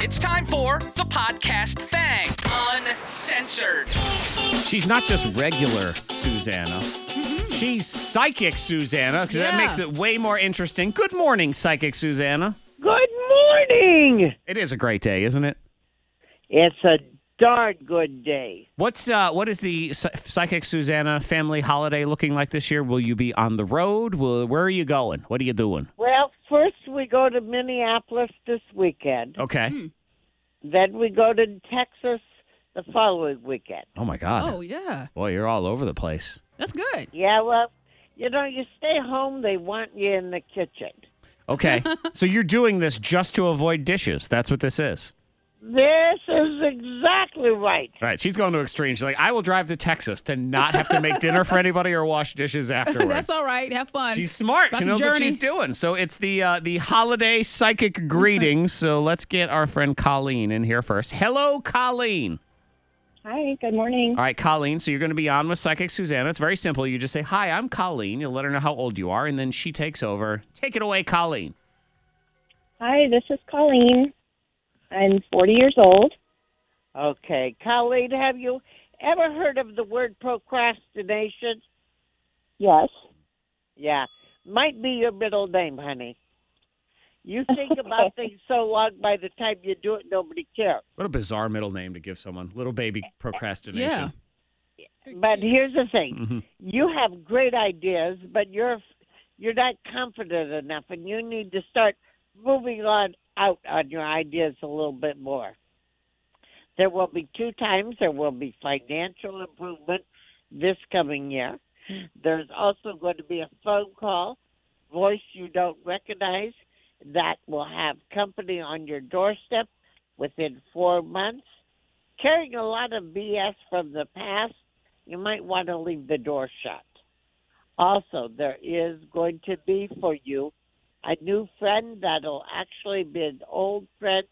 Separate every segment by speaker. Speaker 1: It's time for the podcast thing. Uncensored.
Speaker 2: She's not just regular Susanna. She's psychic Susanna because that
Speaker 3: Mm-hmm. Yeah.
Speaker 2: makes it way more interesting. Good morning, psychic Susanna.
Speaker 4: Good morning.
Speaker 2: It is a great day, isn't it?
Speaker 4: It's a darn good day.
Speaker 2: What's uh, what is the Psy- psychic Susanna family holiday looking like this year? Will you be on the road? Will, where are you going? What are you doing?
Speaker 4: Well, first we go to Minneapolis this weekend.
Speaker 2: Okay.
Speaker 3: Hmm.
Speaker 4: Then we go to Texas the following weekend.
Speaker 2: Oh my God.
Speaker 3: Oh yeah,
Speaker 2: Boy, you're all over the place.
Speaker 3: that's good.
Speaker 4: Yeah, well, you know, you stay home, they want you in the kitchen.
Speaker 2: Okay. so you're doing this just to avoid dishes. That's what this is.
Speaker 4: This is exactly right.
Speaker 2: Right. She's going to extremes. She's like, I will drive to Texas to not have to make dinner for anybody or wash dishes afterwards.
Speaker 3: That's all right. Have fun.
Speaker 2: She's smart.
Speaker 3: About
Speaker 2: She
Speaker 3: the
Speaker 2: knows what
Speaker 3: journey.
Speaker 2: she's doing. So it's the uh, the holiday psychic greetings. so let's get our friend Colleen in here first. Hello, Colleen.
Speaker 5: Hi, good morning.
Speaker 2: All right, Colleen. So you're going to be on with Psychic Susanna. It's very simple. You just say, "Hi, I'm Colleen." You'll let her know how old you are, and then she takes over. Take it away, Colleen.
Speaker 5: Hi, this is Colleen. I'm 40 years old.
Speaker 4: Okay, Colleen, have you ever heard of the word procrastination?
Speaker 5: Yes.
Speaker 4: Yeah, might be your middle name, honey. You think about things so long, by the time you do it, nobody cares.
Speaker 2: What a bizarre middle name to give someone. Little baby procrastination.
Speaker 3: Yeah.
Speaker 4: But here's the thing: you have great ideas, but you're you're not confident enough, and you need to start moving on out on your ideas a little bit more. There will be two times there will be financial improvement this coming year. There's also going to be a phone call, voice you don't recognize, that will have company on your doorstep within four months. Carrying a lot of BS from the past you might want to leave the door shut. Also, there is going to be for you a new friend that'll actually be an old friend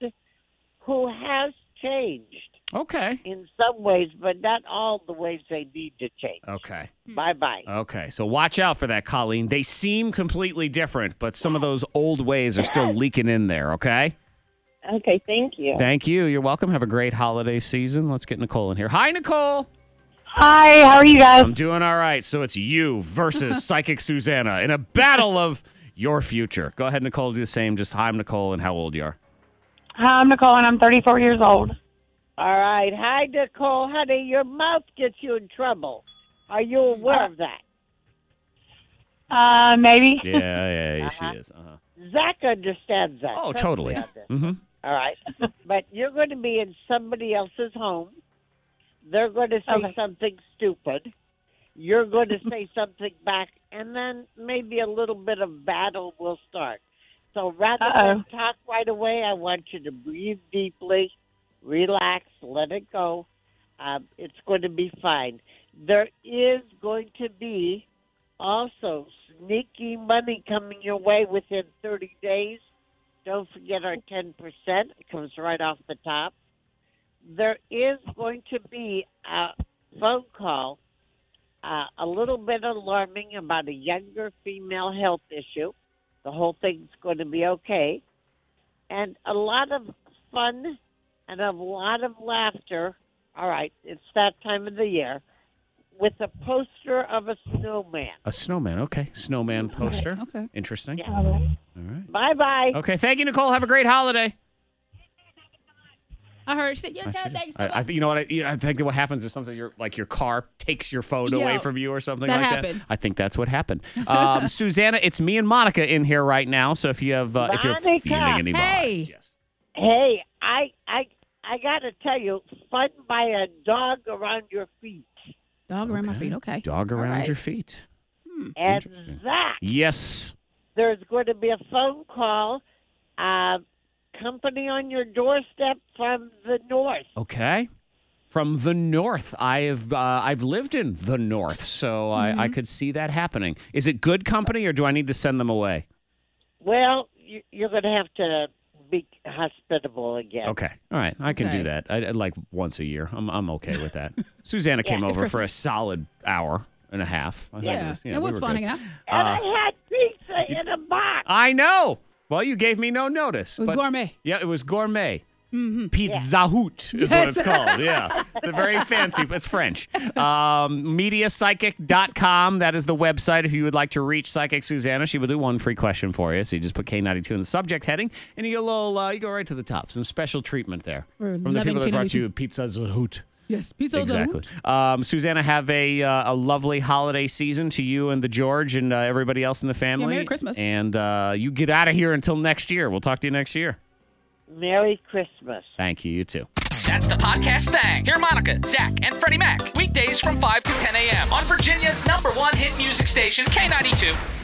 Speaker 4: who has changed
Speaker 2: Okay.
Speaker 4: in some ways, but not all the ways they need to change. Mm-hmm.
Speaker 2: Okay.
Speaker 4: Bye bye.
Speaker 2: Okay. So watch out for that, Colleen. They seem completely different, but some of those old ways are still leaking in there. Okay.
Speaker 5: Uh, Okay, thank you.
Speaker 2: Thank you. You're welcome. Have a great holiday season. Let's get Nicole in here. Hi, Nicole.
Speaker 5: Hi, how are you guys?
Speaker 2: I'm doing all right. So it's you versus Psychic Susanna in a battle of your future. Go ahead, Nicole. Do the same. Just hi, I'm Nicole, and how old you are.
Speaker 6: Hi, I'm Nicole, and I'm 34 years old.
Speaker 4: All right. Hi, Nicole. Honey, your mouth gets you in trouble. Are you aware of that?
Speaker 6: Uh, maybe.
Speaker 2: Yeah, yeah, yeah she is. Uh-huh.
Speaker 4: Zach understands that.
Speaker 2: Oh,
Speaker 4: Trust me
Speaker 2: totally.
Speaker 4: on this.
Speaker 2: Mm-hmm.
Speaker 4: All right. but you're going to be in somebody else's home. They're going to say
Speaker 6: Okay.
Speaker 4: something stupid. You're going to say something back, and then maybe a little bit of battle will start. So rather than talk right away, I want you to breathe deeply, relax, let it go. Um, it's going to be fine. There is going to be also sneaky money coming your way within 30 days. Don't forget our 10%. It comes right off the top. There is going to be a phone call, uh, a little bit alarming about a younger female health issue. The whole thing's going to be okay. And a lot of fun and a lot of laughter. All right, it's that time of the year. With a poster of a snowman.
Speaker 2: A snowman. Okay. Snowman poster.
Speaker 3: Okay.
Speaker 2: Interesting.
Speaker 4: Yeah.
Speaker 2: All right.
Speaker 4: Bye bye.
Speaker 2: Okay. Thank you, Nicole. Have a great holiday.
Speaker 3: I heard she said, yes,
Speaker 2: I,
Speaker 3: thank
Speaker 2: should-
Speaker 3: you so
Speaker 2: I, I
Speaker 3: much."
Speaker 2: think you know what I, you know, I think that what happens is something your like your car takes your phone away
Speaker 3: Yeah,
Speaker 2: from you or something
Speaker 3: that
Speaker 2: like
Speaker 3: happened.
Speaker 2: that. I think that's what happened. Um, Susanna, it's me and Monica in here right now. So if you have uh, if you're
Speaker 4: Monica!
Speaker 2: feeling any
Speaker 3: Hey!
Speaker 2: vibes, yes.
Speaker 4: Hey, I I I gotta tell you, fun by a dog around your feet,
Speaker 3: Dog around my feet. Okay.
Speaker 2: Dog
Speaker 3: All
Speaker 2: around
Speaker 3: right.
Speaker 2: your feet.
Speaker 4: and
Speaker 2: Hmm, Interesting.
Speaker 4: that
Speaker 2: Yes.
Speaker 4: there's going to be a phone call, uh, company on your doorstep from the north.
Speaker 2: Okay. From the north, I've uh, I've lived in the north, so I,
Speaker 3: Mm-hmm.
Speaker 2: I could see that happening. Is it good company, or do I need to send them away?
Speaker 4: Well, you, you're gonna have to be hospitable again.
Speaker 2: Okay, all right, I can do
Speaker 3: Okay.
Speaker 2: that. I, I- like once a year, I'm I'm okay with that. Susanna came
Speaker 3: it's
Speaker 2: over for a
Speaker 3: Christmas.
Speaker 2: solid hour and a half. I think
Speaker 3: Yeah,
Speaker 2: you know,
Speaker 3: it
Speaker 2: we
Speaker 3: was
Speaker 2: were
Speaker 3: fun
Speaker 2: good.
Speaker 3: hanging out.
Speaker 4: And
Speaker 2: Uh,
Speaker 4: I had pizza in a box.
Speaker 2: I know. Well, you gave me no notice.
Speaker 3: It was
Speaker 2: but-
Speaker 3: gourmet. Mm-hmm.
Speaker 2: Yeah, it was gourmet. Pizza Hoot is what it's called. Yeah. It's a very fancy, but it's French. Um, MediaPsychic.com. That is the website. If you would like to reach Psychic Susanna, she will do one free question for you. So you just put K92 in the subject heading and you, get a little, uh, you go right to the top. Some special treatment there
Speaker 3: We're
Speaker 2: from the
Speaker 3: loving
Speaker 2: people that brought
Speaker 3: K92.
Speaker 2: you Pizza Hoot.
Speaker 3: Yes, pizza.
Speaker 2: Exactly. Um, Susanna, have a uh, a lovely holiday season to you and the George and uh, everybody else in the family.
Speaker 3: Merry Christmas.
Speaker 2: And uh, you get out of here until next year. We'll talk to you next year.
Speaker 4: Merry Christmas.
Speaker 2: Thank you. You too.
Speaker 1: That's the podcast thing. Hear Monica, Zach, and Freddie Mac. Weekdays from 5 to 10 a.m. on Virginia's number one hit music station, K92.